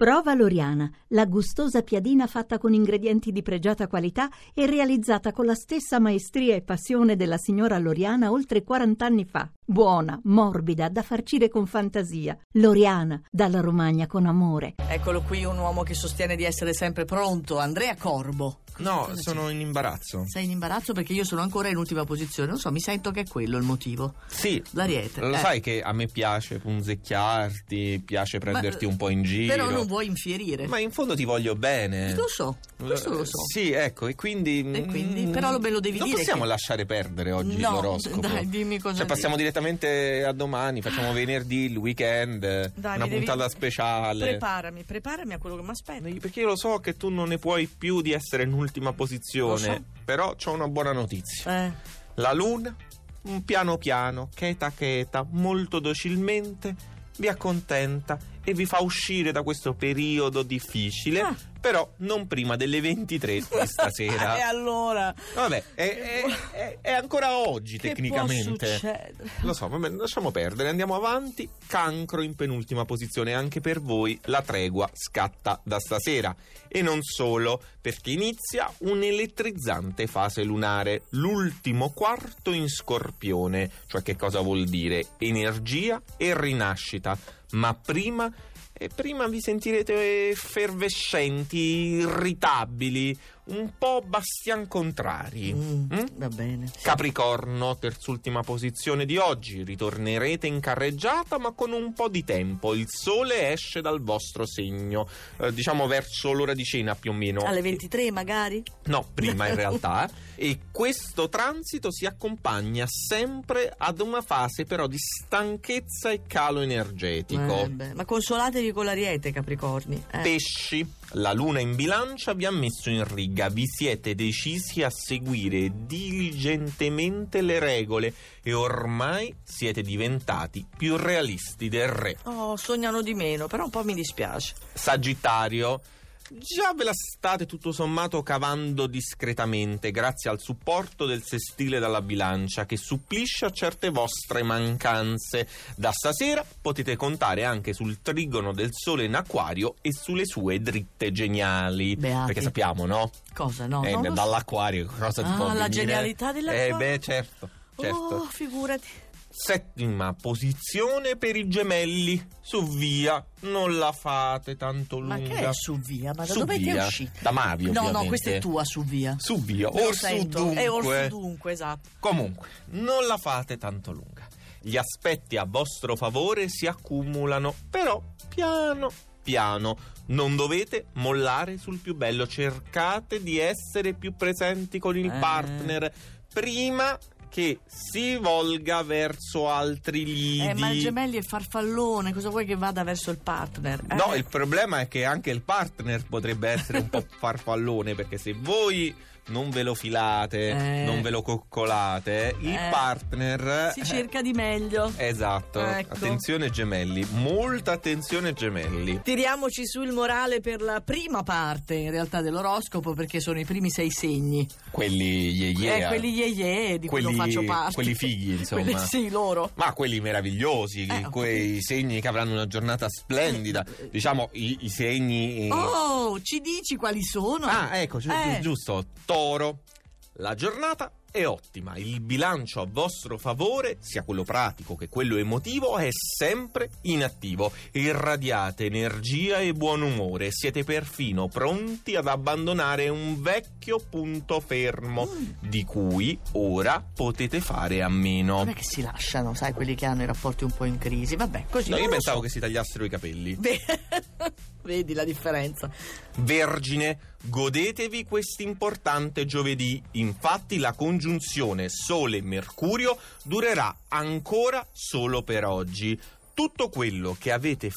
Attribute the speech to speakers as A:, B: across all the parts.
A: Prova Loriana, la gustosa piadina fatta con ingredienti di pregiata qualità e realizzata con la stessa maestria e passione della signora Loriana oltre 40 anni fa. Buona, morbida, da farcire con fantasia. Loriana, dalla Romagna con amore.
B: Eccolo qui un uomo che sostiene di essere sempre pronto, Andrea Corbo.
C: No,
B: Cosa c'è?
C: sono in imbarazzo.
B: Sei in imbarazzo perché io sono ancora in ultima posizione, non so, mi sento che è quello il motivo.
C: Sì.
B: L'ariete.
C: Lo
B: eh.
C: sai che a me piace punzecchiarti, piace prenderti un po' in giro.
B: eh, Però non vuoi infierire. Eh.
C: Ma in fondo ti voglio bene.
B: Lo so, questo lo so.
C: Sì, ecco, e quindi.
B: E quindi?
C: mm,
B: Però lo- me lo devi
C: non
B: dire
C: possiamo
B: che-
C: lasciare perdere oggi
B: No,
C: l'oroscopo.
B: dai, dimmi cosa
C: Cioè,
B: dire.
C: passiamo direttamente a domani, facciamo venerdì, il weekend,
D: Dai,
C: una
D: mi devi-
C: puntata speciale.
D: Preparami, preparami a quello che mi aspetta.
C: Perché io lo so che tu non ne puoi più di essere in ultima posizione.
B: Lo so.
C: Però c'ho una buona notizia.
B: Eh,
C: La luna, mm, piano piano, cheta cheta, molto docilmente, vi accontenta e vi fa uscire da questo periodo difficile,
D: Ah.
C: però non prima delle 23 di
D: e
C: stasera.
D: allora?
C: Vabbè, è, è- è- è ancora oggi
D: Che può
C: tecnicamente.
D: succedere?
C: Lo so, vabbè, lasciamo perdere, andiamo avanti. Cancro in penultima posizione, anche per voi la tregua scatta da stasera. E non solo, perché inizia un'elettrizzante fase lunare, l'ultimo quarto in scorpione, cioè che cosa vuol dire? Energia e rinascita. Ma prima, e prima vi sentirete effervescenti, irritabili, un po' bastian contrari.
B: mm,
C: Mm?
B: Va bene.
C: Capricorno, terz'ultima posizione di oggi, ritornerete in carreggiata ma con un po' di tempo, il sole esce dal vostro segno, eh, diciamo verso l'ora di cena più o meno.
B: Alle 23 magari?
C: No, prima in realtà. e questo transito si accompagna sempre ad una fase però di stanchezza e calo energetico.
B: Eh, beh, ma consolatevi con l'ariete, Capricorni. eh.
C: Pesci, la luna in bilancia vi ha messo in riga, vi siete decisi a seguire diligentemente le regole e ormai siete diventati più realisti del re.
B: Oh, sognano di meno, però un po' mi dispiace.
C: Sagittario, già ve la state tutto sommato cavando discretamente grazie al supporto del sestile dalla bilancia che supplisce a certe vostre mancanze. Da stasera potete contare anche sul trigono del sole in acquario e sulle sue dritte geniali.
B: Beati.
C: Perché sappiamo, no?
B: Cosa? No,
C: Eh,
B: non lo so.
C: dall'acquario cosa ti
B: Ah,
C: può
B: la
C: venire?
B: genialità dell'acquario.
C: Eh beh, certo, certo.
B: Oh, figurati.
C: Settima posizione per i gemelli. Su via, non la fate tanto
B: Ma
C: lunga.
B: che è su via? Ma da
C: Su
B: dove ti è
C: via?
B: uscita?
C: Da Mario,
B: No, no,
C: ovviamente.
B: questa è tua su via.
C: Su via,
B: Lo
C: or su
B: sento,
C: dunque.
B: È orso dunque, esatto.
C: Comunque, non la fate tanto lunga. Gli aspetti a vostro favore si accumulano, però piano piano. Non dovete mollare sul più bello, cercate di essere più presenti con il
B: Eh.
C: partner prima che si volga verso altri lidi.
B: Eh, ma il gemelli è farfallone, cosa vuoi che vada verso il partner? eh?
C: No, il problema è che anche il partner potrebbe essere un po' farfallone perché se voi non ve lo filate,
B: Eh.
C: non ve lo coccolate, il
B: Eh.
C: partner
B: Si cerca di meglio.
C: Esatto.
B: Ecco.
C: Attenzione gemelli, molta attenzione gemelli.
B: Tiriamoci sul morale per la prima parte, in realtà, dell'oroscopo, perché sono i primi sei segni.
C: Quelli ye
B: Eh, quelli ye ye di cui non
C: Quelli-
B: faccio parte.
C: quelli fighi, insomma.
B: Quelli- sì, loro.
C: Ma quelli meravigliosi,
B: Eh, ho Eh.
C: quei segni che avranno una giornata splendida, diciamo i, i segni... eh,
B: Oh, ci dici quali sono?
C: Ah, ecco, gi- gi-
B: Eh.
C: giusto, toro. La giornata è ottima, il bilancio a vostro favore, sia quello pratico che quello emotivo, è sempre inattivo. Irradiate energia e buon umore, siete perfino pronti ad abbandonare un vecchio punto fermo,
B: Mm.
C: di cui ora potete fare a meno.
B: Non è che si lasciano, sai, quelli che hanno i rapporti un po' in crisi. Vabbè, così.
C: No, io
B: non lo
C: pensavo
B: so.
C: che si tagliassero i capelli.
B: Ve- Vedi la differenza.
C: Vergine, godetevi quest'importante giovedì. Infatti la congiunzione Sole-Mercurio durerà ancora solo per oggi. Tutto quello che avete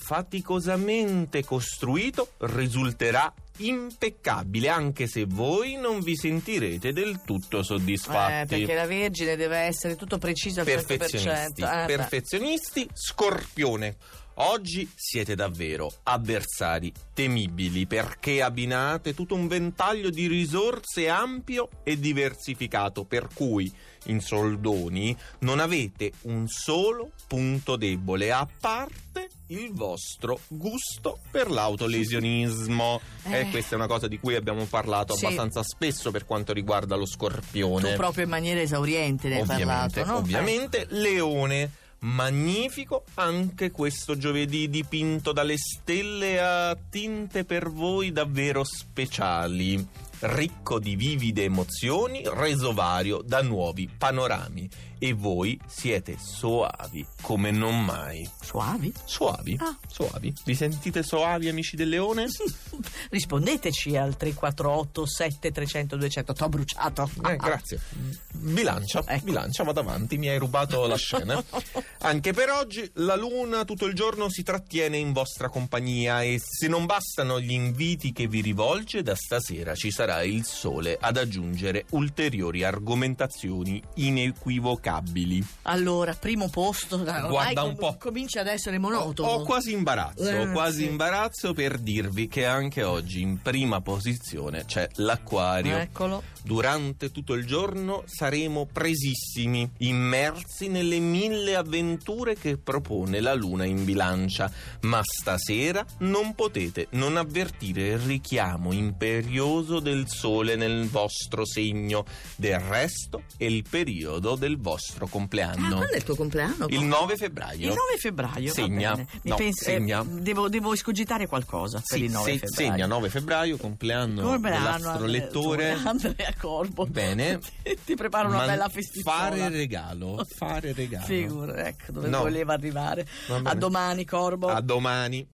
C: faticosamente costruito risulterà impeccabile, anche se voi non vi sentirete del tutto
B: Eh,
C: soddisfatti.
B: perché la Vergine deve essere tutto preciso al 100%.
C: Perfezionisti,
B: eh, beh.
C: perfezionisti, scorpione. Oggi siete davvero avversari temibili perché abbinate tutto un ventaglio di risorse ampio e diversificato, per cui in soldoni non avete un solo punto debole, a parte il vostro gusto per l'autolesionismo.
B: Eh.
C: Eh. questa è una cosa di cui abbiamo parlato
B: Sì.
C: abbastanza spesso per quanto riguarda lo scorpione.
B: Tu proprio in maniera esauriente ne hai
C: ovviamente,
B: parlato, no? Ecco.
C: ovviamente. Leone. Magnifico anche questo giovedì dipinto dalle stelle a tinte per voi davvero speciali, ricco di vivide emozioni, reso vario da nuovi panorami e voi siete soavi come non mai.
B: Eh, Suavi.
C: Suavi?
B: Ah.
C: Suavi? Vi sentite soavi amici del leone?
B: Rispondeteci al 348 7300 200. T'ho bruciato.
C: Eh, grazie. Bilancia,
B: Ah, Ecco.
C: bilancia, vado avanti, mi hai rubato la scena. Anche per oggi la luna tutto il giorno si trattiene in vostra compagnia e se non bastano gli inviti che vi rivolge, da stasera ci sarà il sole ad aggiungere ulteriori argomentazioni inequivocabili.
B: Allora, primo posto. dai, ormai
C: Guarda un
B: com-
C: po'.
B: Comincia ad essere
C: Ho,
B: monotono.
C: ho quasi imbarazzo,
B: Eh,
C: ho quasi
B: sì.
C: imbarazzo per dirvi che anche oggi in prima posizione c'è l'acquario.
B: Eccolo.
C: Durante tutto il giorno saremo presissimi, immersi nelle mille avventure che propone la luna in bilancia, ma stasera non potete non avvertire il richiamo imperioso del sole nel vostro segno. Del resto è il periodo del vostro
B: Ah,
C: compleanno.
B: quando è il tuo compleanno?
C: il 9 febbraio.
B: Il 9 febbraio. va
C: Segna.
B: bene. Mi
C: No,
B: penso- eh,
C: segna.
B: devo, devo escogitare qualcosa per
C: Sì,
B: il 9
C: se-
B: febbraio.
C: segna 9 febbraio, compleanno
B: Compleanno, eh,
C: dell'astrolettore.
B: Andrea Corbo.
C: Bene.
B: Ti, ti preparo una
C: Man-
B: bella festiccia.
C: Fare regalo, fare regalo.
B: Figura, ecco dove
C: No.
B: voleva arrivare.
C: Va bene.
B: A domani, Corbo.
C: A domani.